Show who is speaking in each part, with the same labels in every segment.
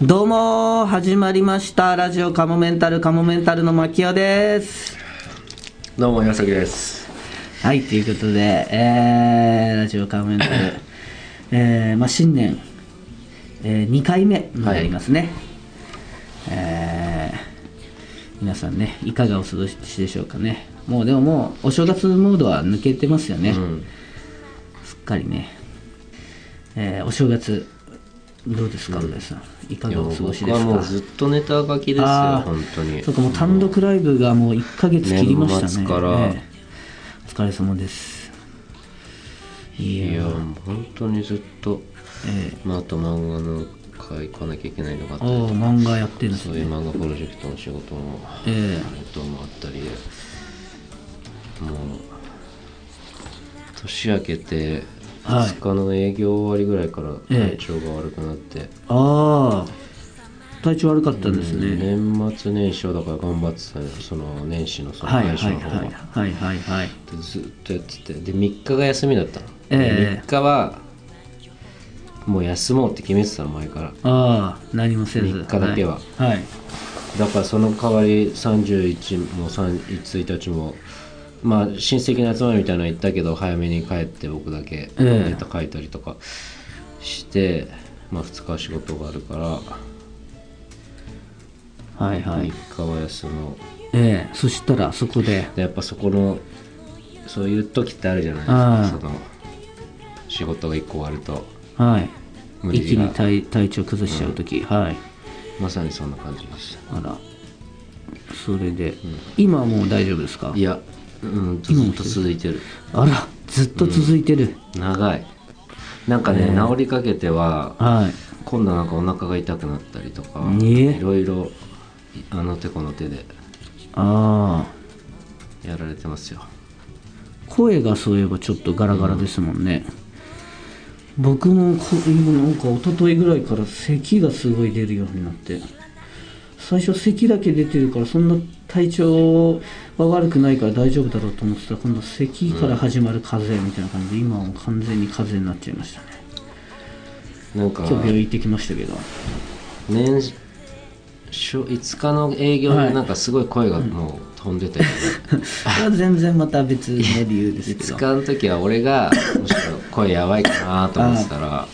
Speaker 1: どうもー始まりましたラジオカモメンタルカモメンタルの牧雄です
Speaker 2: どうも岩崎です
Speaker 1: はいということで、えー、ラジオカモメンタル、えーまあ、新年、え2回目になりますね、えー皆さんねいかがお過ごしでしょうかねもうでももうお正月ムードは抜けてますよね、
Speaker 2: うん
Speaker 1: すっかりね、えーお正月どうですか、浦井さんいか
Speaker 2: いや
Speaker 1: がお過ごしです
Speaker 2: 僕は
Speaker 1: か
Speaker 2: もうずっとネタ書きですよ
Speaker 1: あー
Speaker 2: 本当に
Speaker 1: そうかもう単独ライブがもう1ヶ月切りましたね
Speaker 2: 年末から
Speaker 1: ええお疲れ様ですい
Speaker 2: い
Speaker 1: や
Speaker 2: やもう本当にずっと、
Speaker 1: ええ
Speaker 2: まあ、あと漫画の会行かなきゃいけないのがあったり
Speaker 1: おお漫画やってるんです
Speaker 2: そう
Speaker 1: ね
Speaker 2: いう漫画プロジェクトの仕事も、
Speaker 1: ええ
Speaker 2: えっともあったりでもう年明けて
Speaker 1: はい
Speaker 2: 2日の営業終わりぐらいから
Speaker 1: ええ
Speaker 2: 体調が悪くなって、
Speaker 1: ああ体調悪かったんですね、
Speaker 2: 年末年始はだから頑張ってたよその年始のその
Speaker 1: はいは
Speaker 2: 会
Speaker 1: い
Speaker 2: 社
Speaker 1: はい
Speaker 2: の方が、
Speaker 1: はいはいはい
Speaker 2: でずっとやっててで3日が休みだったの、
Speaker 1: ええ
Speaker 2: 3日はもう休もうって決めてたの前から
Speaker 1: ああ何もせず
Speaker 2: 三日だけは
Speaker 1: はい、はい
Speaker 2: だからその代わり31も1日もまあ親戚の集まりみたいなの行ったけど早めに帰って僕だけ
Speaker 1: ええ
Speaker 2: ネタ書いたりとかして、まあ2日は仕事があるから
Speaker 1: はいはい
Speaker 2: 3日は休もう、
Speaker 1: ええそしたらそこで
Speaker 2: でやっぱそこのそういう時ってあるじゃない
Speaker 1: ああ
Speaker 2: ですかその仕事が1個終わると
Speaker 1: はい
Speaker 2: 無
Speaker 1: 一
Speaker 2: 理
Speaker 1: 気
Speaker 2: が
Speaker 1: に体体調崩しちゃう時、はい
Speaker 2: まさにそんな感じでした
Speaker 1: あらそれで、今はもう大丈夫ですか
Speaker 2: いや、うん、ず
Speaker 1: 今も
Speaker 2: っと続いてる。
Speaker 1: あらずっと続いてる、
Speaker 2: 長い。なんかね、治りかけては、
Speaker 1: はい
Speaker 2: 今度なんかお腹が痛くなったりとか、
Speaker 1: ねえ
Speaker 2: いろいろ、いあの手この手で
Speaker 1: ああ
Speaker 2: やられてますよ。
Speaker 1: 声がそういえばちょっとガラガラですもんね、僕もこ今なんか一昨日ぐらいから咳がすごい出るようになって最初咳だけ出てるからそんな体調は悪くないから大丈夫だろうと思ってたら今度咳から始まる風邪みたいな感じで、今はもう完全に風邪になっちゃいましたね
Speaker 2: なんか
Speaker 1: 今、日病院行ってきましたけど
Speaker 2: 年初、5日の営業
Speaker 1: は
Speaker 2: で
Speaker 1: い
Speaker 2: なんかすごい声がもう飛 んでたよね。
Speaker 1: それは全然また別の理由ですけど
Speaker 2: 5日の時は俺が、むしろ声やばいかなと思ってたら、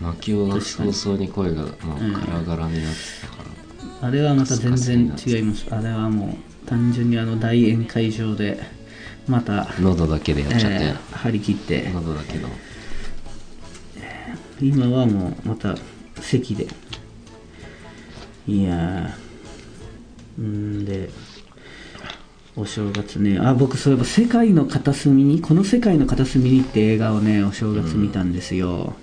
Speaker 2: 巻雄が早々に声がもうガラガラになってたから。
Speaker 1: あれはまた全然違います。あれはもう単純にあの大宴会場でまた、
Speaker 2: 喉だけでやっちゃって、
Speaker 1: えー張り切って
Speaker 2: 喉だけの
Speaker 1: 今はもうまた席でいやーんでお正月ねあ僕そういえば「世界の片隅にこの世界の片隅に」って映画をねお正月見たんですよ、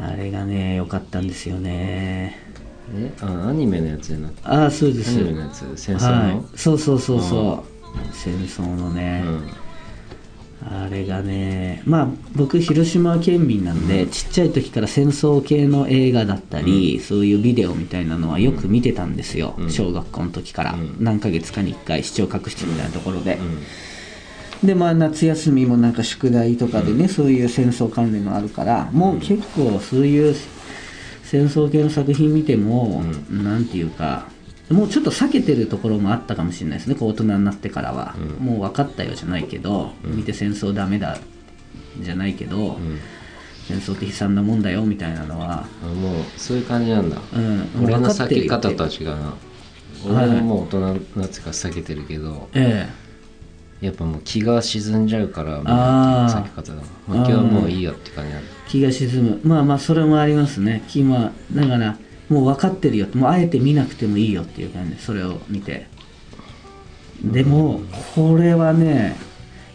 Speaker 1: あれがね良かったんですよね
Speaker 2: えあアニメのやつじゃなくて
Speaker 1: ああそうで
Speaker 2: ア
Speaker 1: す
Speaker 2: ニメのやつ戦争の、
Speaker 1: はい、そうそうそうそう戦争のね、
Speaker 2: うん
Speaker 1: あれがねまあ僕広島県民なんで、ちっちゃい時から戦争系の映画だったり、そういうビデオみたいなのはよく見てたんですよ、
Speaker 2: うん
Speaker 1: 小学校の時から、
Speaker 2: うん
Speaker 1: 何ヶ月かに1回視聴隠してみたいなところで、でまあ夏休みもなんか宿題とかでね、そういう戦争関連のあるからもう結構そういう戦争系の作品見ても、なんていうかもうちょっと避けてるところもあったかもしれないですねこう大人になってからは、もう分かったよじゃないけど、見て戦争ダメだじゃないけど、
Speaker 2: うん
Speaker 1: 戦争って悲惨なもんだよみたいなのは、
Speaker 2: あもうそういう感じなんだ、
Speaker 1: うん
Speaker 2: 俺の
Speaker 1: 分かっ
Speaker 2: 避
Speaker 1: てる
Speaker 2: け方とは違うな俺ももう大人になってから避けてるけど
Speaker 1: え
Speaker 2: やっぱもう気が沈んじゃうから
Speaker 1: あー
Speaker 2: 避け方がまあ今日はもういいやって感じなんだ
Speaker 1: え気が沈むまあまあそれもありますね気まだからもう分かってるよもうあえて見なくてもいいよっていう感じでそれを見てでもこれはね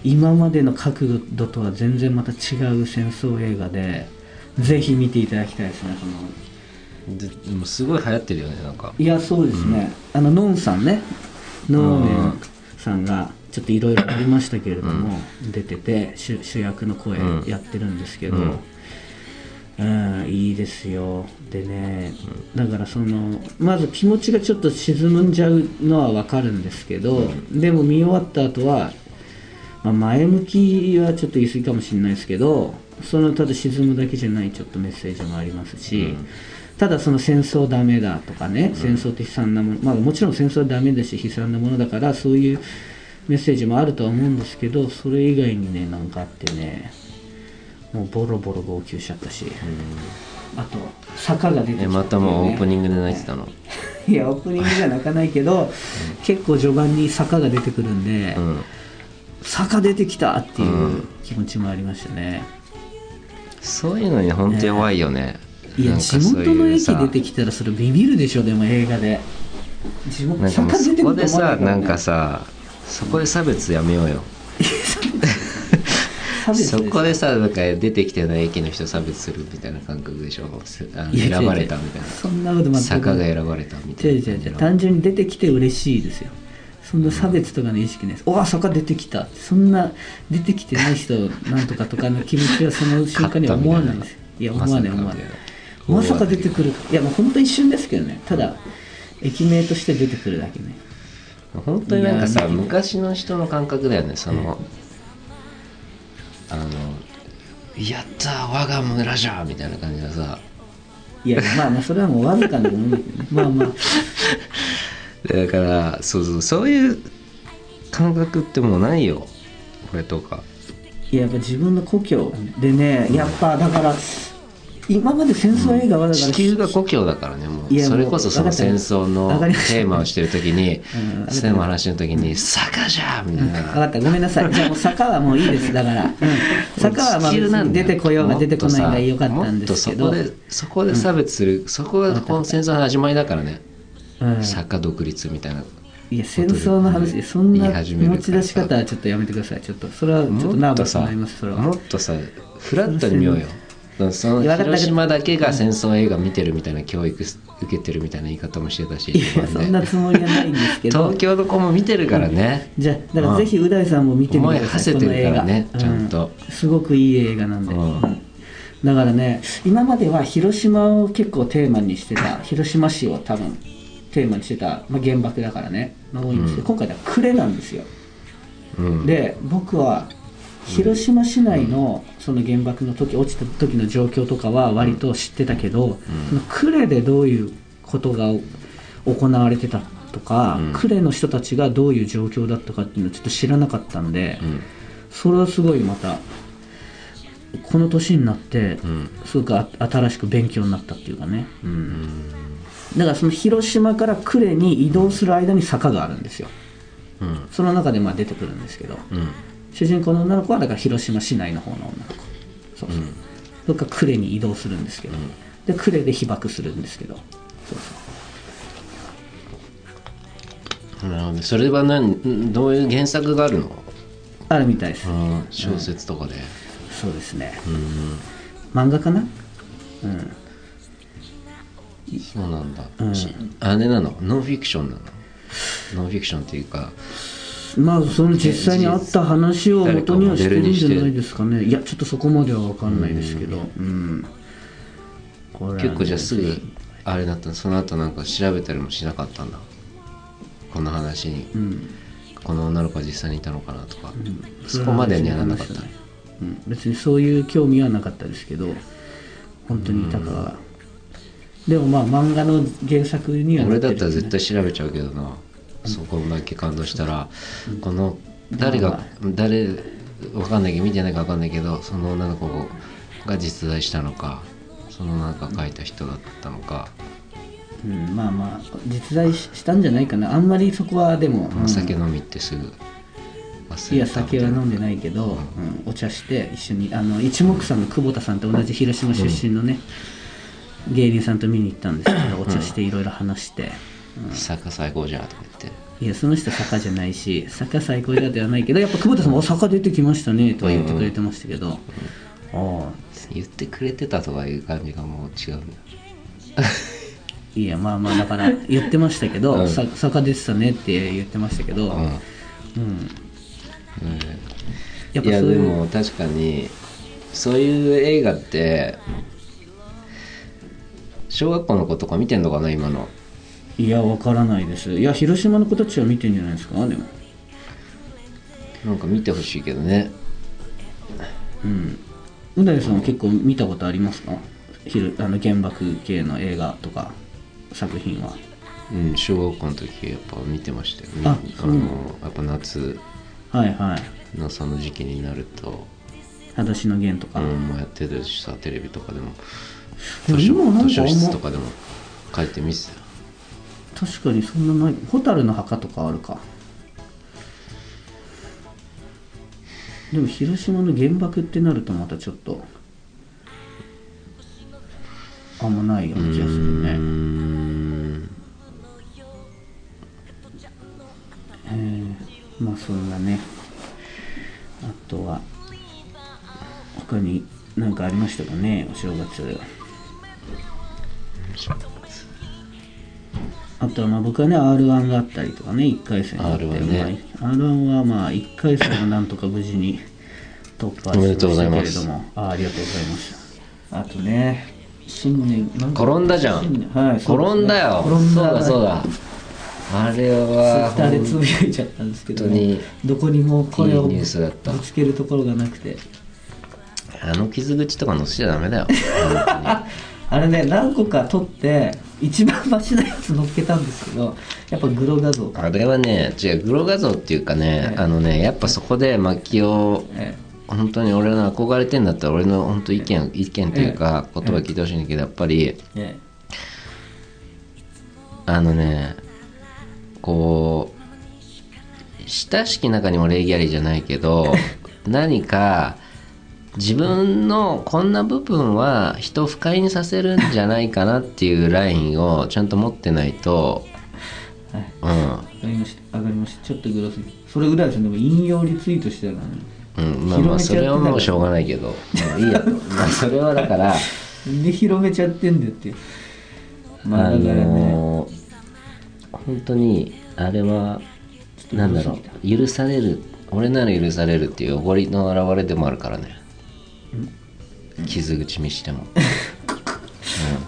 Speaker 1: 今までの角度とは全然また違う戦争映画でぜひ見ていただきたいですねこの
Speaker 2: ででもすごい流行ってるよねなんか
Speaker 1: いやそうですね、あのノンさんねノーメンさんがちょっといろいろありましたけれども、出てて主主役の声
Speaker 2: うん
Speaker 1: やってるんですけど、う
Speaker 2: うんん
Speaker 1: いいですよでね、だからそのまず気持ちがちょっと沈むんじゃうのはわかるんですけど、でも見終わった後はまあ、前向きはちょっと言い過ぎかもしれないですけどそのただ沈むだけじゃないちょっとメッセージもありますし、ただその戦争ダメだとかね、戦争って悲惨なもの、まあ、もちろん戦争はダメだし悲惨なものだからそういうメッセージもあるとは思うんですけどそれ以外にねなんかあってねもうボロボロ号泣しちゃったし、あと坂が出てきた、
Speaker 2: えまたもうオープニングで泣いてたの、
Speaker 1: いやオープニングじゃ泣かないけど、結構序盤に坂が出てくるんで、
Speaker 2: うん、
Speaker 1: 坂出てきたっていううん気持ちもありましたね、
Speaker 2: そういうのに本当弱いよね、
Speaker 1: いや
Speaker 2: なんか
Speaker 1: 地
Speaker 2: そう
Speaker 1: 元の
Speaker 2: いう
Speaker 1: 駅
Speaker 2: さ
Speaker 1: 出てきたらそれビビるでしょでも映画で地元
Speaker 2: なんかもう
Speaker 1: 坂出
Speaker 2: そ
Speaker 1: てく
Speaker 2: こ
Speaker 1: ると
Speaker 2: で
Speaker 1: 思わ
Speaker 2: さ
Speaker 1: ない
Speaker 2: なん
Speaker 1: から
Speaker 2: か
Speaker 1: ね
Speaker 2: さそこで差別やめようよ
Speaker 1: 差別
Speaker 2: そ
Speaker 1: です
Speaker 2: こでさなんか出てきてない駅の人差別するみたいな感覚でしょせあの
Speaker 1: いや違う
Speaker 2: 選ばれたみたい
Speaker 1: そんなこと全
Speaker 2: な
Speaker 1: く
Speaker 2: 坂が選ばれたみた
Speaker 1: 違う
Speaker 2: いな
Speaker 1: 違う違う単純に出てきて嬉しいですよそんな差別とかの意識ないです、おわ坂出てきたそんな出てきてない 人なんとかとかの気持ちはその瞬間には思わないですいや思わない思わないまさか出てく
Speaker 2: る
Speaker 1: るいやもう本当一瞬ですけどねただ駅名として出てくるだけね
Speaker 2: 本当になんか
Speaker 1: い
Speaker 2: さ
Speaker 1: やー
Speaker 2: 昔の人の感覚だよねその、あの「やったー我が村じゃ!」みたいな感じでさ
Speaker 1: いやまあまあそれはもうわずかなものだけ どねまあまあ
Speaker 2: だからそうそうそういう感覚ってもうないよ俺とか
Speaker 1: いややっぱ自分の故郷でねやっぱだから今まで戦争映画はだから、
Speaker 2: 地球が故郷だからねも
Speaker 1: いうやもう
Speaker 2: それこそその戦争の
Speaker 1: わかりました
Speaker 2: テーマをしてる時に
Speaker 1: うん
Speaker 2: テーマの話の時に「坂じゃ!」みたい
Speaker 1: 分
Speaker 2: な
Speaker 1: かったごめんなさ いじゃあもう坂はもういいですだから、うん、坂はまあ
Speaker 2: 地球
Speaker 1: 別
Speaker 2: なんだよ
Speaker 1: に出てこようが出てこないが良かったんですけど
Speaker 2: もっとさもっとそこでそこで差別する、そこがこの戦争の始まりだからね、
Speaker 1: うん
Speaker 2: 坂独立みたいない
Speaker 1: や戦争の話でそん
Speaker 2: 言い
Speaker 1: な
Speaker 2: 始めるから
Speaker 1: 持ち出し方はちょっとやめてくださいちょっとそれはちょっとナーバ
Speaker 2: もっと
Speaker 1: スに
Speaker 2: さ
Speaker 1: なりますそれは
Speaker 2: もっとさフラットに見ようよその
Speaker 1: いやわかった
Speaker 2: 広島だけが戦争映画見てるみたいな教育受けてるみたいな言い方もしてたし
Speaker 1: いやそんなつもりはないんですけど
Speaker 2: 東京の子も見てるからね、
Speaker 1: じゃあだからぜひう大さんも見てみてください、
Speaker 2: 思い馳せてるからね
Speaker 1: この映画
Speaker 2: ちゃんと
Speaker 1: うすごくいい映画なんで、
Speaker 2: うん
Speaker 1: うんだからね今までは広島を結構テーマにしてた広島市を多分テーマにしてた、まあ、原爆だからねが多いんですけど、今回は呉なんですよ
Speaker 2: うん、
Speaker 1: で僕は広島市内のその原爆の時落ちた時の状況とかは割と知ってたけど、その呉でどういうことが行われてたとか、
Speaker 2: うん
Speaker 1: 呉の人たちがどういう状況だったかっていうのをちょっと知らなかったんで、
Speaker 2: うん
Speaker 1: それはすごいまたこの年になって
Speaker 2: うん
Speaker 1: すごくあ新しく勉強になったっていうかね
Speaker 2: うん
Speaker 1: だからその広島から呉に移動する間に坂があるんですよ
Speaker 2: うん
Speaker 1: その中でまあ出てくるんですけど、
Speaker 2: うん
Speaker 1: 主人公の女の子はだから広島市内の方の女の子そうそう、どっか呉に移動するんですけど、で呉で被爆するんですけどそうそ
Speaker 2: うんなるほどそれは何んどういう原作があるの、
Speaker 1: うあるみたいです、
Speaker 2: うん、小説とかで、
Speaker 1: そうですね
Speaker 2: うん、
Speaker 1: 漫画かなうん
Speaker 2: そうなんだ、
Speaker 1: うん
Speaker 2: しあれなのノンフィクションなのノンフィクションっていうか
Speaker 1: まあその実際にあった話を元にはしてるんじゃないですかねいやちょっとそこまでは分かんないですけどうんこれはね
Speaker 2: 結構じゃあすぐあれだったのその後なんか調べたりもしなかったんだこの話に、
Speaker 1: うん
Speaker 2: この女の子は実際にいたのかなとか、そこまでにはならなかった、
Speaker 1: うん、別にそういう興味はなかったですけど本当にいたかは、でもまあ漫画の原作にはな
Speaker 2: 俺
Speaker 1: って
Speaker 2: だ
Speaker 1: る
Speaker 2: ったら絶対調べちゃうけどな、そこだけ感動したら、この誰
Speaker 1: まあ
Speaker 2: が誰わかんないけど見てないかわかんないけどその女の子が実在したのかそのなんか書いた人だったのか、
Speaker 1: うん、まあまあ実在ししたんじゃないかなあんまりそこはでも、うん
Speaker 2: お酒飲みってすぐ忘れたみた
Speaker 1: いや酒は飲んでないけど、うんお茶して一緒にあの一目散の久保田さんと同じ広島出身のね、芸人さんと見に行ったんですけどお茶していろいろ話して、
Speaker 2: 坂最高じゃんとか言って
Speaker 1: いやその人坂じゃないし坂最高だではないけどやっぱ久保田さんも「お坂出てきましたね」とは言ってくれてましたけど、ああ
Speaker 2: 言ってくれてたとかいう感じがもう違うんだ
Speaker 1: いやまあまあだから言ってましたけど、
Speaker 2: うん
Speaker 1: さ坂出てたねって言ってましたけど、
Speaker 2: うん、うん、
Speaker 1: やっ
Speaker 2: い
Speaker 1: ぱ
Speaker 2: や
Speaker 1: そう
Speaker 2: で
Speaker 1: いう
Speaker 2: も確かにそういう映画って小学校の子とか見てんのかな今の
Speaker 1: いやわからないですいや広島の子たちは見てんじゃないですかでも
Speaker 2: なんか見てほしいけどね
Speaker 1: うんうなりさんは結構見たことありますかひろあの原爆系の映画とか作品は
Speaker 2: うん、小学校の時やっぱ見てましたよね
Speaker 1: あ
Speaker 2: あのやっぱ夏
Speaker 1: はいはい
Speaker 2: のその時期になると
Speaker 1: 「裸足の弦」と
Speaker 2: う
Speaker 1: か、
Speaker 2: んもうやってるしさテレビとかでも
Speaker 1: でも
Speaker 2: 図書
Speaker 1: 今なんかあんま
Speaker 2: 図書室とかでも書いてみてたよ
Speaker 1: 確かにそんなない蛍の墓とかあるかでも広島の原爆ってなるとまたちょっとあんまないような気がする
Speaker 2: うー
Speaker 1: ね
Speaker 2: ん
Speaker 1: えーまあそんなねあとは他に何かありましたかねお正月あとはまあ僕はね r 1があったりとかね1回戦があって
Speaker 2: R1 ね
Speaker 1: まあ R1 はまあ1回戦はなんとか無事に突破し
Speaker 2: おめでとうござい
Speaker 1: まし
Speaker 2: ま
Speaker 1: た
Speaker 2: す
Speaker 1: けれどもあありがとうございましたあとね新年なんか
Speaker 2: 転んだじゃん、
Speaker 1: 新年はいそうですね
Speaker 2: 転んだよ
Speaker 1: 転んだ
Speaker 2: そうだそうだあれは
Speaker 1: ツイッターでつぶやいちゃったんですけど、
Speaker 2: 本当に
Speaker 1: どこにも声を
Speaker 2: いいニュ
Speaker 1: ぶ
Speaker 2: ースだった
Speaker 1: つけるところがなくて
Speaker 2: あの傷口とか乗せちゃダメだよ
Speaker 1: あれね何個か撮って一番マシなやつ乗っけたんですけどやっぱグロ画像か、
Speaker 2: あれはね違うグロ画像っていうかね、あのねやっぱそこで薪を
Speaker 1: え
Speaker 2: 本当に俺の憧れてんだったら俺の本当意見、意見というか言葉聞いてほしいんだけどやっぱり
Speaker 1: ええ
Speaker 2: あのねこう親しき中にも礼儀ありじゃないけ ど何か自分のこんな部分は人を不快にさせるんじゃないかなっていうラインをちゃんと持ってないと、
Speaker 1: えはい
Speaker 2: うん、
Speaker 1: わかりました。わかりました。ちょっとグロすぎ。それぐらいですね。でも引用リツイートしてたからね。
Speaker 2: うん、まあまあ
Speaker 1: 広
Speaker 2: そ
Speaker 1: めちゃってたから
Speaker 2: れはもうしょうがないけどもういいや とまあそれはだから、
Speaker 1: で、広めちゃってんだよって。まあ、
Speaker 2: あ
Speaker 1: だからね。
Speaker 2: のー本当にあれはなんだろう許される俺なら許されるっていうおごりの表れでもあるからね傷口見し ても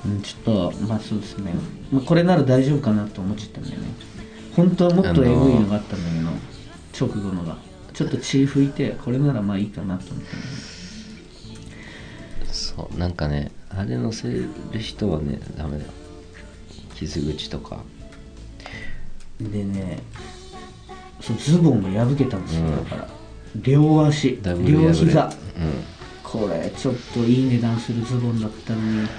Speaker 1: うんちょっと、まあそうですね。まあ、これなら大丈夫かなと思っちゃったんだよね。本当はもっとエグいのがあったんだけど、直後のが。ちょっと血拭いて、これならまあいいかなと思ったんだ
Speaker 2: そうなんかねあれ乗せる人はねダメだよ傷口とか
Speaker 1: けどでね、そうズボンが破けたんですよ。だから。両足
Speaker 2: ダ、ブル
Speaker 1: 両
Speaker 2: 破れ
Speaker 1: 膝。これ、ちょっといい値段するズボンだったのに。
Speaker 2: うん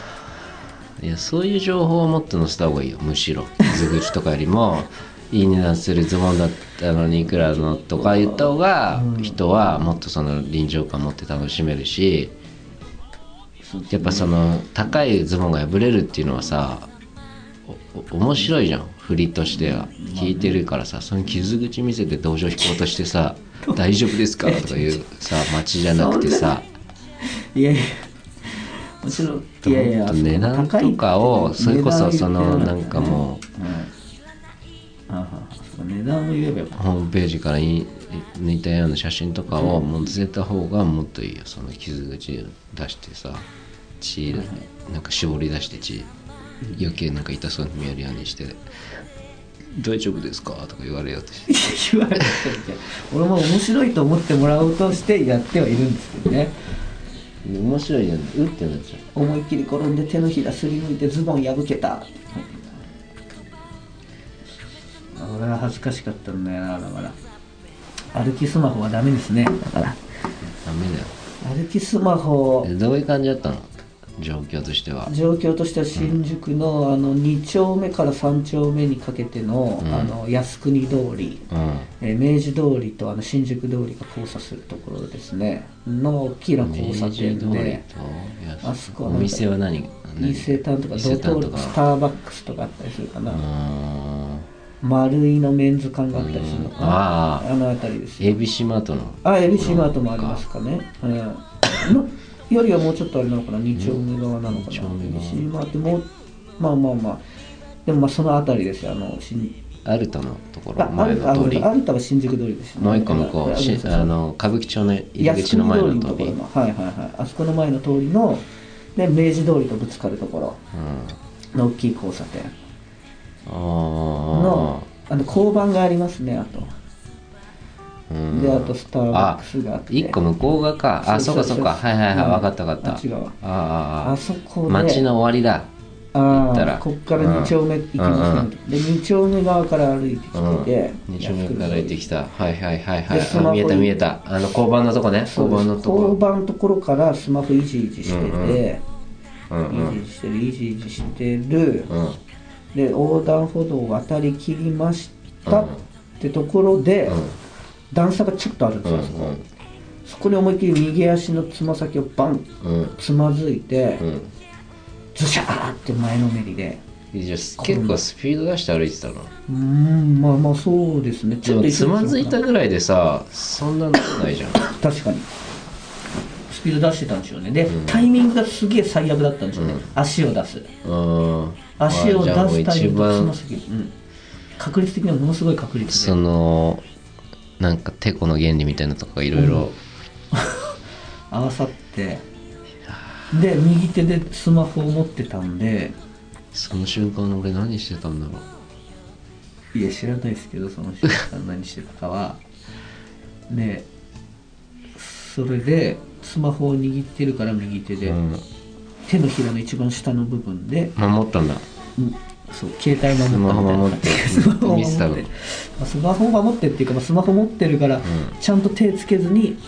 Speaker 2: いやそういう情報をもっと載せた方がいいよむしろ傷口とかよりも いい値段するズボンだったのにいくらのとか言った方が人はもっとその臨場感持って楽しめるし
Speaker 1: そうですね
Speaker 2: やっぱその高いズボンが破れるっていうのはさおお面白いじゃん振りとしては聞いてるからさその傷口見せて同情引こうとしてさ「大丈夫ですか?」とかいうさ街じゃなくてさ
Speaker 1: いやいや、もちろん、いやいや、
Speaker 2: 値段とかをそれこそそのなんかも
Speaker 1: う、うん、ああそうか値段を言えばやっ
Speaker 2: う
Speaker 1: ぱ
Speaker 2: ホームページからい似たような写真とかを載せた方がもっといいよその傷口出してさ血なんか絞り出して血余計なんか痛そうに見えるようにして「大丈夫ですか?」とか言われようとして。
Speaker 1: 言われてるじゃん俺も面白いと思ってもらおうとしてやってはいるんですけどね
Speaker 2: 面白いじゃんうってなっちゃう
Speaker 1: 思いっきり転んで手のひらすりむいてズボン破けた俺は恥ずかしかったんだよなだから歩きスマホはダメですねだから
Speaker 2: ダメだよ
Speaker 1: 歩きスマホを
Speaker 2: えどういう感じだったの状況としては
Speaker 1: 状況としては新宿の,、あの2丁目から3丁目にかけての,、あの靖国通り、
Speaker 2: うん
Speaker 1: えー明治通りとあの新宿通りが交差するところですねの大きな交差点
Speaker 2: 明治通
Speaker 1: で
Speaker 2: りといや
Speaker 1: あそこ
Speaker 2: お
Speaker 1: はなんか
Speaker 2: 店は何何
Speaker 1: 伊勢丹とか
Speaker 2: 伊
Speaker 1: 道
Speaker 2: 勢丹
Speaker 1: 東
Speaker 2: と
Speaker 1: ス
Speaker 2: か
Speaker 1: ターバックスとかあったりするかな、
Speaker 2: うーん
Speaker 1: 丸いのメンズ館があったりするのかな、
Speaker 2: うんあ
Speaker 1: あの辺りですよ
Speaker 2: ABC マートの
Speaker 1: あエビシマートもありますかね、うん、のよりはもうちょっとあれなのかな2丁目側なのかな
Speaker 2: 二丁目
Speaker 1: エ
Speaker 2: 側
Speaker 1: ビシマートもまあまあまあでもまあその辺りですよあの新
Speaker 2: アルタのところ
Speaker 1: ああ
Speaker 2: 前
Speaker 1: るあ
Speaker 2: の
Speaker 1: る
Speaker 2: 通り
Speaker 1: あるたは新宿通りです
Speaker 2: もう一個向こうしあの歌舞伎町の入り口の前の
Speaker 1: 靖
Speaker 2: 通
Speaker 1: 国通
Speaker 2: り
Speaker 1: りのところのはいはいはいあそこの前の通りので明治通りとぶつかるところ
Speaker 2: うん
Speaker 1: の大きい交差点
Speaker 2: あ
Speaker 1: のあの交番がありますねあと
Speaker 2: ーうん
Speaker 1: であとスターバックスがあって
Speaker 2: 一個向こう側かあそうかそうかはいはいはい分かった分かった
Speaker 1: あっち側
Speaker 2: あ
Speaker 1: あそこで
Speaker 2: 町の終わりだ行ったら
Speaker 1: ああこっから2丁目行きますねで2丁目側から歩いてきてて
Speaker 2: 二丁目から行ってきたはいはいはいはい
Speaker 1: でスマホ
Speaker 2: あ見えた見えたあの交番のとこね
Speaker 1: そう
Speaker 2: 交
Speaker 1: で
Speaker 2: 番
Speaker 1: す
Speaker 2: のと
Speaker 1: 交
Speaker 2: こ
Speaker 1: 番のところからスマホいじいじしてて、
Speaker 2: うんうんう
Speaker 1: いじい
Speaker 2: ん
Speaker 1: じしてるいじいじしてる
Speaker 2: うん
Speaker 1: で横断歩道を渡りきりましたってところで、
Speaker 2: うん
Speaker 1: 段差がちょっとあるんです
Speaker 2: うん
Speaker 1: よ、そこそこに思いっきり右足のつま先をバン
Speaker 2: うんうん
Speaker 1: つまずいて、
Speaker 2: うん
Speaker 1: ズシャーって前のめりで
Speaker 2: じゃあ結構スピード出して歩いてたの
Speaker 1: うーんまあまあそうですね
Speaker 2: でもつまずいた
Speaker 1: 確
Speaker 2: ぐらいでさそんなならないじゃん
Speaker 1: かにスピード出してたんでしょうねで、タイミングがすげえ最悪だったんですよね、足を出す
Speaker 2: うん
Speaker 1: 足を出
Speaker 2: あじゃあもう
Speaker 1: すタイミ
Speaker 2: 一
Speaker 1: ングとつま
Speaker 2: 番
Speaker 1: 先、うん、確率的にはものすごい確率で
Speaker 2: そのなんかてこの原理みたいなとかいろいろ
Speaker 1: 合わさってで右手でスマホを持ってたんで
Speaker 2: その瞬間俺何してたんだろう
Speaker 1: いや知らないですけどその瞬間何してたかはでそれでスマホを握ってるから右手で、
Speaker 2: うん
Speaker 1: 手のひらの一番下の部分で、
Speaker 2: 守ったんだ
Speaker 1: うんそう携帯守った
Speaker 2: スマホ守って
Speaker 1: スマホ
Speaker 2: 見
Speaker 1: 守
Speaker 2: てたの
Speaker 1: ってまあスマホ守ってっていうか、まあ、スマホ持ってるから、ちゃんと手つけずに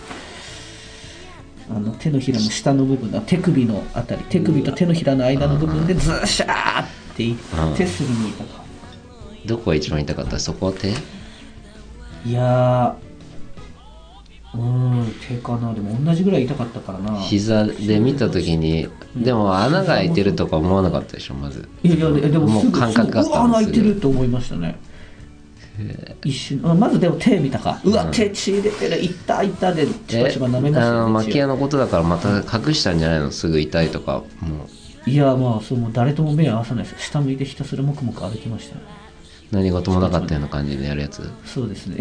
Speaker 1: あの手のひらの下の部分だ手首のあたり手首と手のひらの間の部分でズシャーっていってすぐにいたか
Speaker 2: どこが一番痛かったそこ手
Speaker 1: いやーうーん手かなでも同じぐらい痛かったからな
Speaker 2: 膝で見た時にでも穴が開いてるとか思わなかったでしょまず
Speaker 1: いやいやででも
Speaker 2: も
Speaker 1: す
Speaker 2: う
Speaker 1: ぐ
Speaker 2: 感覚があっ
Speaker 1: す
Speaker 2: た
Speaker 1: ぐうわ
Speaker 2: ん
Speaker 1: 泣
Speaker 2: で
Speaker 1: い
Speaker 2: す
Speaker 1: て
Speaker 2: よ
Speaker 1: ると思いましたね一瞬あまずでも手見たかうわ、
Speaker 2: うん
Speaker 1: 手血出てるいったいったでチバ
Speaker 2: え
Speaker 1: チバ舐めました
Speaker 2: あの
Speaker 1: よ
Speaker 2: 巻
Speaker 1: 血
Speaker 2: き
Speaker 1: を
Speaker 2: 屋のことだからまた隠したんじゃないのすぐ痛いとかもう
Speaker 1: いやまあそうもう誰とも目合わさないです下向いてひたすらもくもく歩きましたよ
Speaker 2: 何事もなかったような感じでやるやつ
Speaker 1: そうですね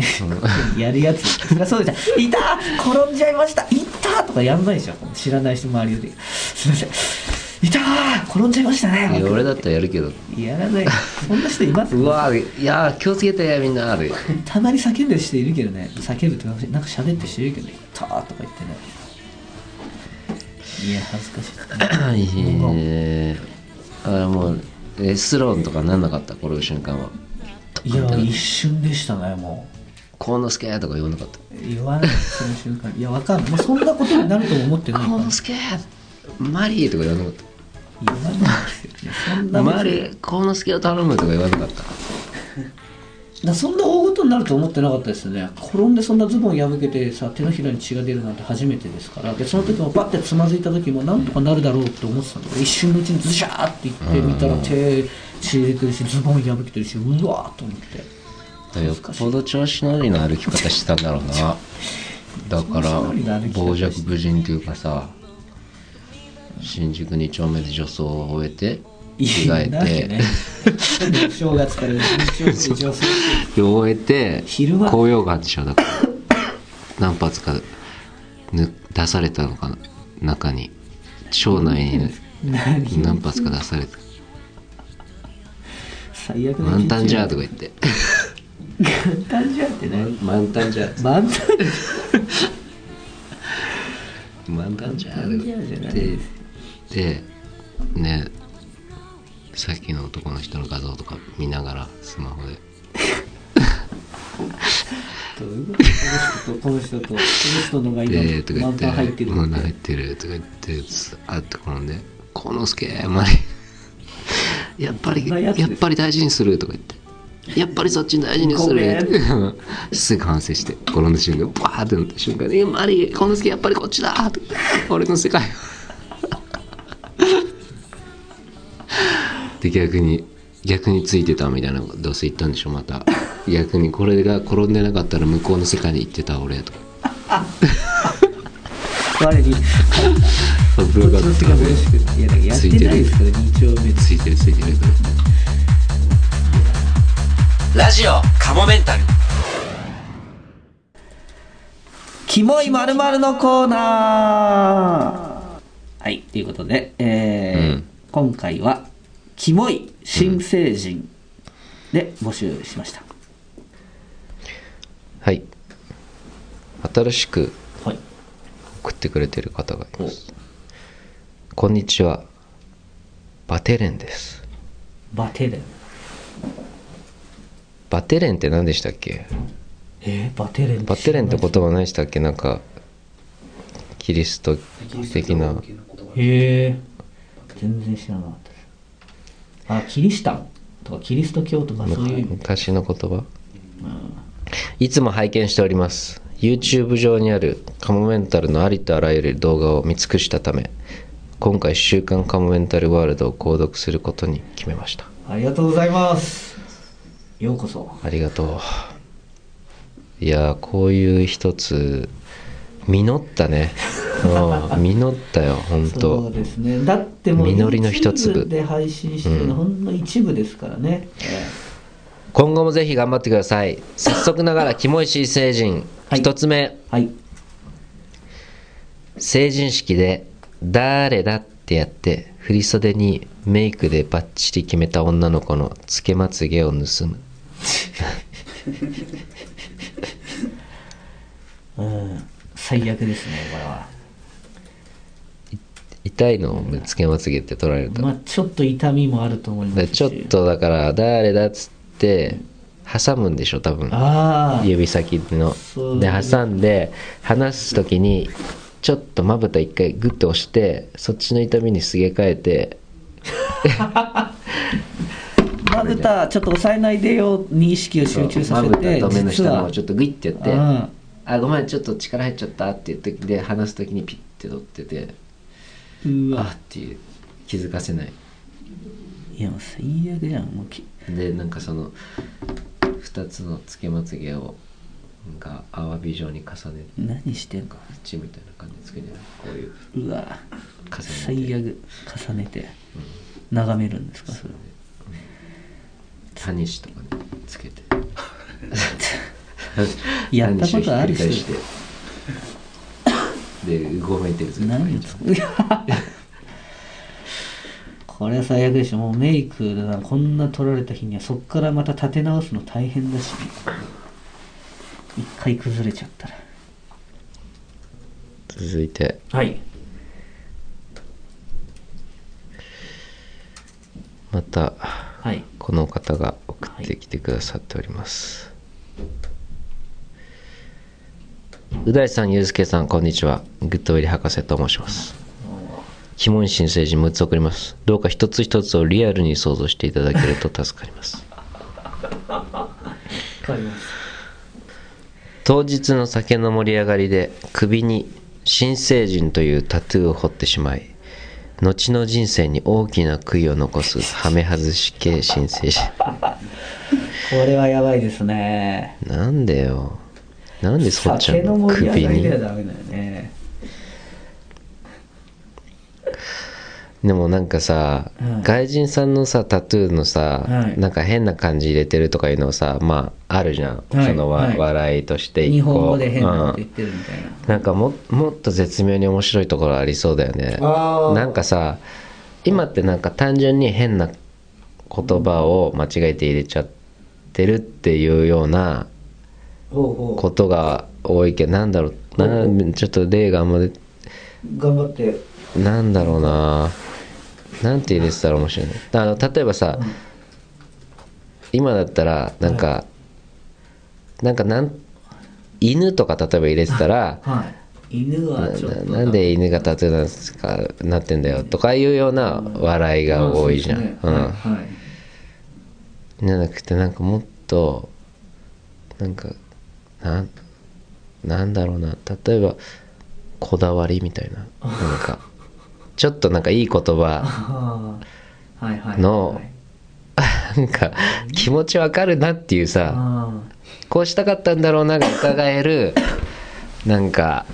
Speaker 1: やるやつそりゃそうでしょ「いたー転んじゃいましたいったー」とかやんないでしょ知らない人周りですいません「いたー転んじゃいましたね
Speaker 2: い」や俺だったらやるけど
Speaker 1: やらないそんな人います
Speaker 2: うわーいやー気をつけてみんなで
Speaker 1: たまに叫んでる人いるけどね叫ぶってなんかなんか喋ってる人いるけどね「たー」とか言ってねいや恥ずかしい
Speaker 2: えー、あもうえスローンとかなんなかったこれの瞬間はい
Speaker 1: や一瞬でしたねも
Speaker 2: 「幸之助!」とか言わなかった
Speaker 1: う言わないその瞬間いやわかんないもうそんなことになるとも思って
Speaker 2: 「
Speaker 1: ないから
Speaker 2: 幸之助マリー!」とか言わなかった
Speaker 1: 言わないですよねそんな
Speaker 2: マリー、幸之助を頼むとか言わなかった。
Speaker 1: だそんな大事になると思ってなかったですね転んでそんなズボン破けてさ手のひらに血が出るなんて初めてですからでその時もバッてつまずいた時もなんとかなるだろうって思ってたんだけど一瞬のうちにズシャーっていってみたら手血出てるしズボン破けてるしうわーと思って
Speaker 2: よっぽど調子乗りの歩き方してたんだろうな。だから
Speaker 1: 調子乗りの歩き、方
Speaker 2: 傍若無人というかさ、新宿2丁目で女装を終えて、着替
Speaker 1: なんで
Speaker 2: え
Speaker 1: ね 正月から日曜日上手
Speaker 2: て、終えて、
Speaker 1: 昼は
Speaker 2: 紅葉があるでしょ、だから。 何発かぬ出されたのかな、中に。町内に
Speaker 1: 何
Speaker 2: 何発か出された。
Speaker 1: 最悪
Speaker 2: 満タンじゃーと
Speaker 1: か
Speaker 2: か言って。
Speaker 1: 満タンじゃーってね
Speaker 2: 満タンじゃー。
Speaker 1: 満タン
Speaker 2: 満タンじゃーとか言って。
Speaker 1: じゃない
Speaker 2: ででねさっきの男の人の画像とか見ながらスマホで
Speaker 1: どういうことこの人とこの人とこの人のが
Speaker 2: 「で」と
Speaker 1: 今
Speaker 2: か
Speaker 1: 満タン入っ
Speaker 2: 言って
Speaker 1: て
Speaker 2: 「
Speaker 1: る
Speaker 2: もう
Speaker 1: って
Speaker 2: 入ってる」とか言ってあってこのね「このすけマリ やっぱり
Speaker 1: そんなや
Speaker 2: や
Speaker 1: つです
Speaker 2: っぱり大事にする」とか言って。やっぱりそっち大事にする
Speaker 1: ごめ
Speaker 2: すぐ反省して転んだ瞬間バーってなった瞬間に「マリこのすけやっぱりこっちだ!」って俺の世界はで逆に逆についてたみたいなどうせ言ったんでしょまた逆にこれが転んでなかったら向こうの世界に行ってた俺とか
Speaker 1: 我に
Speaker 2: かっこよ
Speaker 1: こ
Speaker 2: か
Speaker 1: っ
Speaker 2: っ
Speaker 1: ちの
Speaker 2: た
Speaker 1: 手が嬉しくていやだからやってないですから二丁目
Speaker 2: ついてるついてるラジオカモメンタル
Speaker 1: キモいまるまるのコーナーはいということで、えー
Speaker 2: うん
Speaker 1: 今回はキモい新成人で募集しました、
Speaker 2: はい新しく
Speaker 1: はい
Speaker 2: 送ってくれてる方がい
Speaker 1: お
Speaker 2: ますこんにちはバテレンです
Speaker 1: バテレン
Speaker 2: バテレンって何でしたっけ
Speaker 1: えー、バテレン
Speaker 2: バテレンって言
Speaker 1: と
Speaker 2: 葉何でしたっけなんかキリスト的な
Speaker 1: へえ全然知らなかったですあキリシタンとかキリスト教とかそういう
Speaker 2: 昔の言葉いつも拝見しております YouTube 上にあるカモメンタルのありとあらゆる動画を見尽くしたため今回「週刊カモメンタルワールド」を購読することに決めました
Speaker 1: ありがとうございますようこそ
Speaker 2: ありがとういやーこういう一つ実ったね、うん、実ったよ本
Speaker 1: そう
Speaker 2: 当
Speaker 1: ですねだってもう
Speaker 2: 実りの一粒
Speaker 1: YouTube で配信してるのほんの一部ですからね、
Speaker 2: 今後もぜひ頑張ってください早速ながらキモい新成人
Speaker 1: はい
Speaker 2: 一つ目
Speaker 1: はい
Speaker 2: 成人式で「誰だ?」ってやって振り袖にメイクでバッチリ決めた女の子のつけまつげを盗む
Speaker 1: うん最悪ですねこれは
Speaker 2: 痛いのつけまつげって取られた
Speaker 1: まあちょっと痛みもあると思います
Speaker 2: で
Speaker 1: し
Speaker 2: ちょっとだから「誰だ?」っつって挟むんでしょ多分
Speaker 1: ああ
Speaker 2: 指先の
Speaker 1: そう
Speaker 2: で挟んで離す時にちょっとまぶた一回グッと押してそっちの痛みにすげ替えて
Speaker 1: まぶたちょっと押さえないでよに意識を集中させて
Speaker 2: まぶたと目の
Speaker 1: 実
Speaker 2: 下の方
Speaker 1: は
Speaker 2: をちょっとグイってやって
Speaker 1: うん
Speaker 2: あごめんちょっと力入っちゃったっていう時で話す時にピッて取ってて
Speaker 1: う
Speaker 2: あ
Speaker 1: わ
Speaker 2: っていう気づかせない
Speaker 1: いやもう最悪じゃんもうき
Speaker 2: でなんかその2つのつけまつげをなんかアワビ状に重ねて
Speaker 1: 何してんか
Speaker 2: 縁みたいな感じでつけてこういう
Speaker 1: うわ
Speaker 2: 重ねて
Speaker 1: 最悪重ねて眺めるんですかそれ
Speaker 2: タニシとかにつけて
Speaker 1: やったことある人
Speaker 2: タニシをひっくり返してでうごめいてるずっと
Speaker 1: 何をつく これは最悪でしょもうメイクだなこんな取られた日にはそっからまた立て直すの大変だし一回崩れちゃったら
Speaker 2: 続いて
Speaker 1: はい
Speaker 2: また
Speaker 1: はい
Speaker 2: この方が送ってきてくださっております、うだいさんゆうすけさんこんにちはグッドウェリ博士と申しますキモい新成人6つ送りますどうか一つ一つをリアルに想像していただけると助かります
Speaker 1: わかります
Speaker 2: 当日の酒の盛り上がりで首に新成人というタトゥーを彫ってしまい後の人生に大きな悔いを残すハメ外し系新成人
Speaker 1: これはやばいですね
Speaker 2: なんでよなんでそっちゃ
Speaker 1: 酒
Speaker 2: ん
Speaker 1: の
Speaker 2: の
Speaker 1: 盛り上
Speaker 2: 首
Speaker 1: がりでは
Speaker 2: に
Speaker 1: ダメだよね
Speaker 2: でもなんかさ、
Speaker 1: うん
Speaker 2: 外人さんのさタトゥーのさ、
Speaker 1: はい
Speaker 2: なんか変な感じ入れてるとかいうのさまああるじゃん、
Speaker 1: はい
Speaker 2: そのわ、
Speaker 1: はい
Speaker 2: 笑いとして
Speaker 1: 日
Speaker 2: 一個
Speaker 1: 本語で変なこと
Speaker 2: う
Speaker 1: 言っ
Speaker 2: ん
Speaker 1: てるみたいな、
Speaker 2: なんかももっと絶妙に面白いところありそうだよね
Speaker 1: あー
Speaker 2: なんかさ今ってなんか単純に変な言葉を間違えて入れちゃってるっていうような
Speaker 1: ほうほ
Speaker 2: ことが多いけどなんだろうなちょっと例があんまで
Speaker 1: う頑張って
Speaker 2: なんだろうななんて入れてたら面白いのあの例えばさ、今だったらなんか、なんかなん犬とか例えば入れてたら
Speaker 1: はい犬はちょっと
Speaker 2: ななんで犬がタトゥーなんですかなってんだよとかいうような笑いが多いじゃん、
Speaker 1: そうです
Speaker 2: う
Speaker 1: ね
Speaker 2: ん
Speaker 1: はいはい
Speaker 2: じゃなくてなんかもっとなんかなんなんだろうな例えばこだわりみたいななんかちょっとなんかいい言葉
Speaker 1: あーはいはいはい
Speaker 2: のなんか気持ちわかるなっていうさ
Speaker 1: あ
Speaker 2: こうしたかったんだろうなが伺えるなんか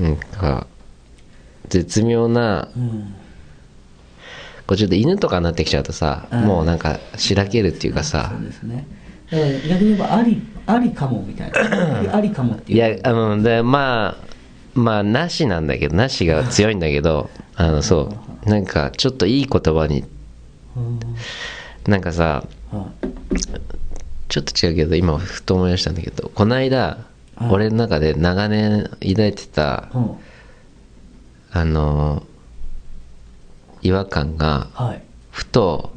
Speaker 2: なんか絶妙な
Speaker 1: ーうん
Speaker 2: こうちょっと犬とかになってきちゃうとさ、
Speaker 1: うん
Speaker 2: もうなんかしらけるっていうかさ、
Speaker 1: そうですねだから逆に言えばありありかもみたいなありかもって
Speaker 2: い
Speaker 1: いう
Speaker 2: やあのでまあまあなしなんだけどなしが強いんだけどあのそうなんかちょっといい言葉に
Speaker 1: うん
Speaker 2: なんかさ
Speaker 1: は
Speaker 2: ちょっと違うけど今ふと思い出したんだけどこの間
Speaker 1: いはい
Speaker 2: 俺の中で長年抱いてた
Speaker 1: うん
Speaker 2: あの違和感が
Speaker 1: はい
Speaker 2: ふと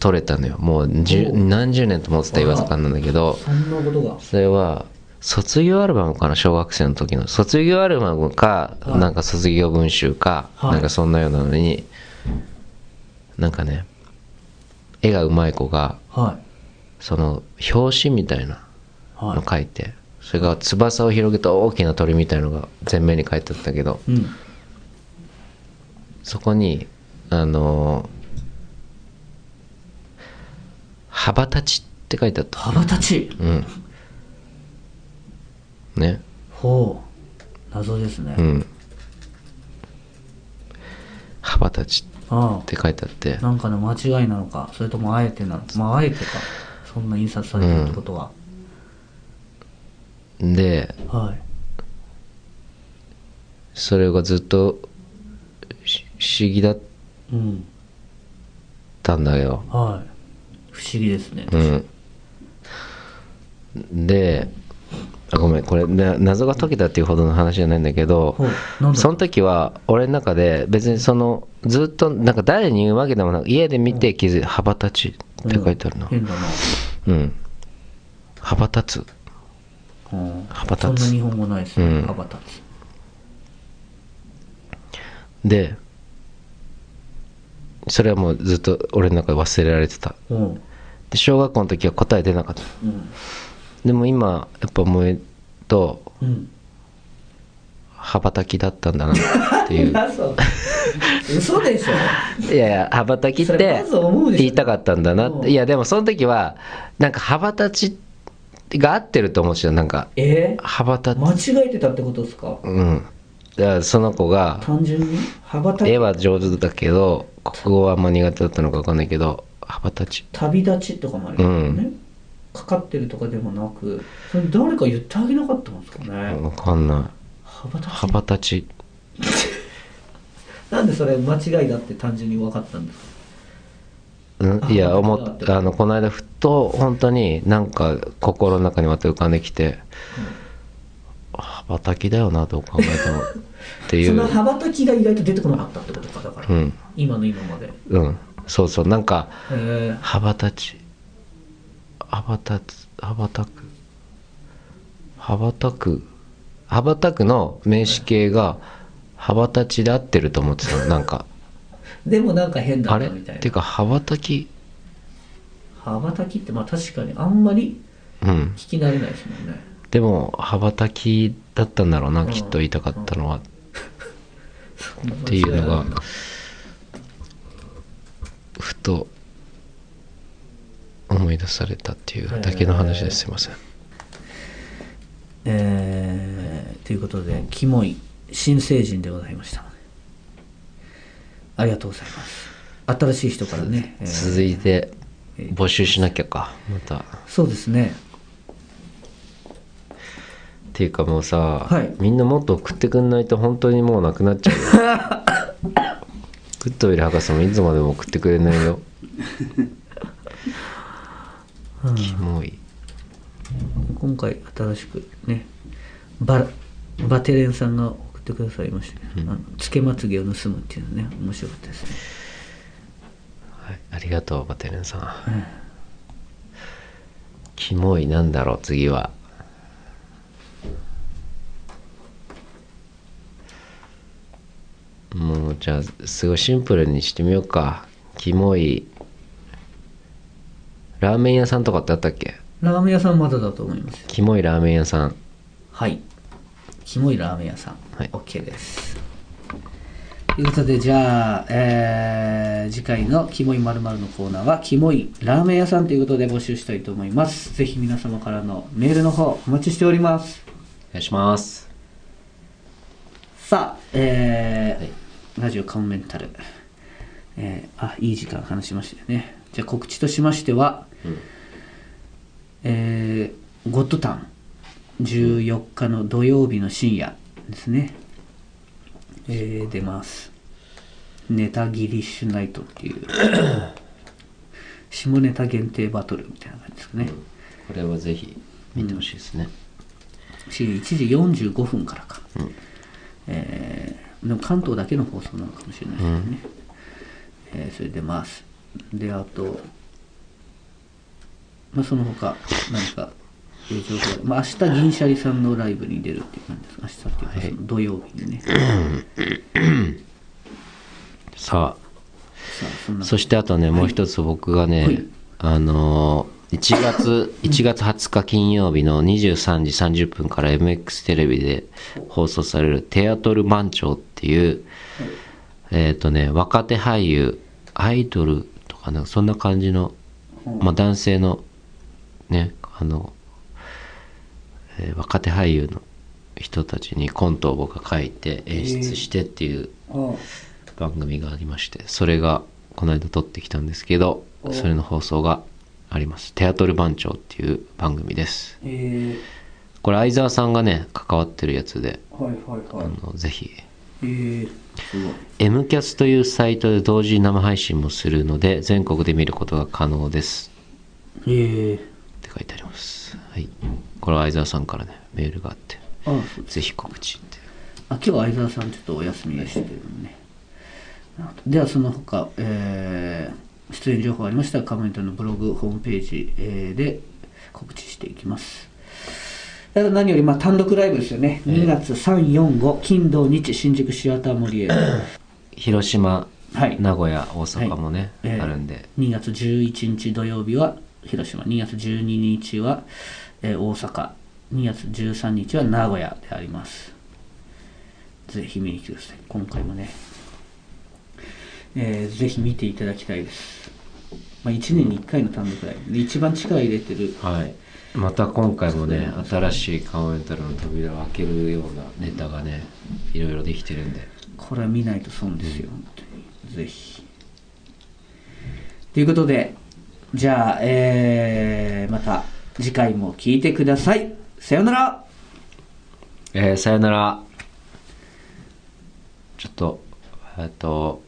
Speaker 2: 取れたのよもう十
Speaker 1: おう
Speaker 2: 何十年と思ってた違和感なんだけど
Speaker 1: そんなことが
Speaker 2: それは卒業アルバムかな小学生の時の卒業アルバムか、
Speaker 1: はい
Speaker 2: なんか卒業文集か、
Speaker 1: はい
Speaker 2: なんかそんなようなのになんかね絵がうまい子が
Speaker 1: はい
Speaker 2: その表紙みたいな
Speaker 1: は
Speaker 2: の描いてそれが翼を広げた大きな鳥みたいのが前面に書いてあったけど
Speaker 1: いうん
Speaker 2: そこにあの「羽ばたち」って書いてあった
Speaker 1: 羽ばたち
Speaker 2: うんね
Speaker 1: ほう謎ですね、
Speaker 2: うん「羽ばたち」
Speaker 1: あ
Speaker 2: って書いてあって
Speaker 1: あなんかの間違いなのかそれともあえてなのまああえてかそんな印刷されてるってことは、
Speaker 2: で
Speaker 1: はい
Speaker 2: それがずっとし不思議だっ
Speaker 1: うん
Speaker 2: たんだよ
Speaker 1: はい不思議ですね、
Speaker 2: うん、であごめんこれな謎が解けたっていうほどの話じゃないんだけど
Speaker 1: ほうなんだ
Speaker 2: その時は俺の中で別にそのずっとなんか誰に言うわけでもなく家で見て気づい羽ばたち」って書いてあるな
Speaker 1: 変だな、
Speaker 2: うん羽ばたつ
Speaker 1: うん、
Speaker 2: 羽ばたつ
Speaker 1: そんな日本語ないですね、
Speaker 2: うん
Speaker 1: 羽ばたつ
Speaker 2: でそれはもうずっと俺の中で忘れられてた
Speaker 1: うん
Speaker 2: で小学校の時は答え出なかった
Speaker 1: うん
Speaker 2: でも今やっぱ思えると
Speaker 1: うん
Speaker 2: 羽ばたきだったんだ なっていう
Speaker 1: 嘘嘘でしょ
Speaker 2: いやいや羽ばたきっ
Speaker 1: それ
Speaker 2: て
Speaker 1: まず思うでしょ
Speaker 2: 言いたかったんだなっ
Speaker 1: うん
Speaker 2: ていやでもその時はなんか羽ばたちが合ってると思うしなんか
Speaker 1: え
Speaker 2: 羽ばた
Speaker 1: ー、間違えてたってことですか
Speaker 2: うんだからその子が
Speaker 1: 単純に羽ばた
Speaker 2: 絵
Speaker 1: き
Speaker 2: は上手だけど国語はあんま苦手だったのか分かんないけど羽ばたち
Speaker 1: 旅立ちとかもありますよね、かかってるとかでもなくそれ誰か言ってあげなかったんですかね、
Speaker 2: 分かんない
Speaker 1: 羽ばた
Speaker 2: 羽
Speaker 1: き
Speaker 2: ばたち
Speaker 1: なんでそれ間違いだって単純に分かったんですか
Speaker 2: うんいや
Speaker 1: あ
Speaker 2: 思
Speaker 1: 本
Speaker 2: っ
Speaker 1: 当
Speaker 2: た
Speaker 1: だ
Speaker 2: あのこの間ふと本当になんか心の中にまた浮かんできて、羽ばたきだよなどう考えてもって い
Speaker 1: その
Speaker 2: う
Speaker 1: 羽ばたきが意外と出てこなかったってことかだから、
Speaker 2: うん
Speaker 1: 今の今までへ
Speaker 2: うんそうそうなんか
Speaker 1: え
Speaker 2: 羽ばたち羽ばたつ羽ばたく羽ばたく羽ばたくの名詞形が羽ばたちで合ってると思ってたのなん か
Speaker 1: でもなんか変だ
Speaker 2: あ
Speaker 1: な
Speaker 2: れっ
Speaker 1: みたい
Speaker 2: てい
Speaker 1: な
Speaker 2: うか羽ばたき
Speaker 1: 羽ばたきってまあ確かにあんまり
Speaker 2: うん
Speaker 1: 聞き慣れないですもんね
Speaker 2: でも羽ばたきだったんだろうな、
Speaker 1: ん
Speaker 2: きっと言いたかったのは、っ
Speaker 1: って
Speaker 2: いうのがふと思い出されたっていうだけの話です、すいません
Speaker 1: えー、ということでキモい新成人でございましたありがとうございます新しい人からね、えー
Speaker 2: 続いて募集しなきゃかまたっ
Speaker 1: そうですね
Speaker 2: ていうかもうさ、
Speaker 1: はい
Speaker 2: みんなもっと送ってくんないと本当にもうなくなっちゃう よグッドウィル博士もいつまでも送ってくれない よキモい
Speaker 1: 今回新しくねバラバテレンさんが送ってくださいましたね、あのつけまつげを盗むっていうのね面白かったですね
Speaker 2: はい、ありがとうバテレンさん、キモいなんだろう次はもうじゃあすごいシンプルにしてみようかキモいラーメン屋さんとかってあったっけ
Speaker 1: ラーメン屋さんまだだと思いますよ
Speaker 2: キモいラーメン屋さん
Speaker 1: はいキモいラーメン屋さん、
Speaker 2: はい
Speaker 1: OK ですということでじゃあ、えー次回の「キモいまるのコーナーは「キモいラーメン屋さん」ということで募集したいと思いますぜひ皆様からのメールの方お待ちしております
Speaker 2: お願いします
Speaker 1: さあ、えー
Speaker 2: はい
Speaker 1: ラジオカモメンタル、えーあいい時間話しましたよねじゃあ告知としましては、えーゴッドタン14日の土曜日の深夜ですね、えー出ますネタギリッシュナイトっていう 下ネタ限定バトルみたいな感じですかね、
Speaker 2: これはぜひ見てほしいですね、
Speaker 1: 1時45分からか、えーでも関東だけの放送なのかもしれないですね、えーそれでますであと、まあ、その他何かえー情報がまあ、明日銀シャリさんのライブに出るっていう感じです明日っていうかその土曜日にね、さあ
Speaker 2: さ
Speaker 1: そん
Speaker 2: あ
Speaker 1: な
Speaker 2: そしてあとねもう一つ僕がね、
Speaker 1: はい
Speaker 2: あのー1月1月20日金曜日の23時30分から MX テレビで放送される「テアトル満潮」っていうえっ、とね若手俳優アイドルとかなんかそんな感じの、まあ、男性のねあの、えー若手俳優の人たちにコントを僕が書いて演出してっていう
Speaker 1: あ
Speaker 2: 番組がありましてそれがこの間撮ってきたんですけど
Speaker 1: お
Speaker 2: それの放送があります「テアトル番長」っていう番組です
Speaker 1: え
Speaker 2: これ相沢さんがね関わってるやつで
Speaker 1: ー、はいはい
Speaker 2: あ
Speaker 1: はい
Speaker 2: のぜひ
Speaker 1: えー、すごい
Speaker 2: M キャスというサイトで同時に生配信もするので全国で見ることが可能です
Speaker 1: えー、
Speaker 2: って書いてありますはいこれは相沢さんからねメールがあって
Speaker 1: あそう
Speaker 2: ぜひ告知って
Speaker 1: あ今日は相沢さんちょっとお休みでしたけどねではその他、えー出演情報ありましたらカメントのブログホームページ、えーで告知していきますただ何よりまあ単独ライブですよね、2月345金土日新宿シアター森へは
Speaker 2: 広島、
Speaker 1: い
Speaker 2: 名古屋大阪もね、
Speaker 1: はいええ
Speaker 2: あるんで
Speaker 1: 2月11日土曜日は広島2月12日は、えー大阪2月13日は名古屋でありますぜひ見に来てください今回もね、えーぜひ見ていただきたいです、まあ、1年に1回の単独ライブで一番力入れてる
Speaker 2: はい、また今回もね新しいカモメンタルの扉を開けるようなネタがねいろいろできてるんで
Speaker 1: これは見ないと損ですよ本当にぜひということでじゃあ、えーまた次回も聞いてくださいさようなら
Speaker 2: えーさよならちょっとえっと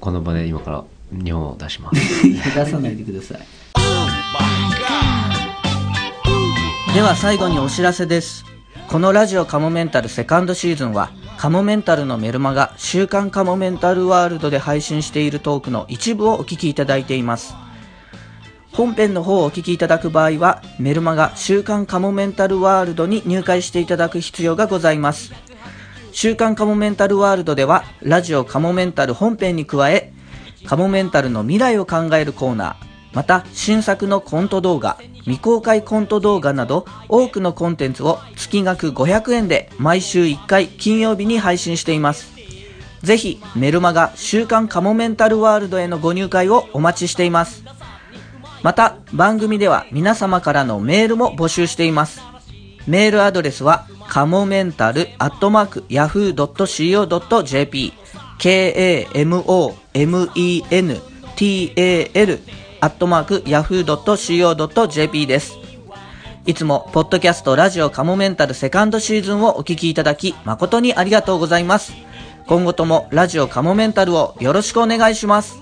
Speaker 2: この場で今から尿を出します
Speaker 1: いや出さないでくださいでは最後にお知らせですこのラジオカモメンタルセカンドシーズンはカモメンタルのメルマガ週刊カモメンタルワールドで配信しているトークの一部をお聞きいただいています本編の方をお聞きいただく場合はメルマガ週刊カモメンタルワールドに入会していただく必要がございます週刊カモメンタルワールドでは、ラジオカモメンタル本編に加え、カモメンタルの未来を考えるコーナー、また新作のコント動画、未公開コント動画など、多くのコンテンツを月額500円で毎週1回金曜日に配信しています。ぜひ、メルマガ週刊カモメンタルワールドへのご入会をお待ちしています。また、番組では皆様からのメールも募集しています。メールアドレスは、かもメンタルアットマーク yahoo.co.jp k-a-m-o-m-e-n-t-a-l アットマーク yahoo.co.jp です。いつも、ポッドキャストラジオカモメンタルセカンドシーズンをお聞きいただき、誠にありがとうございます。今後ともラジオカモメンタルをよろしくお願いします。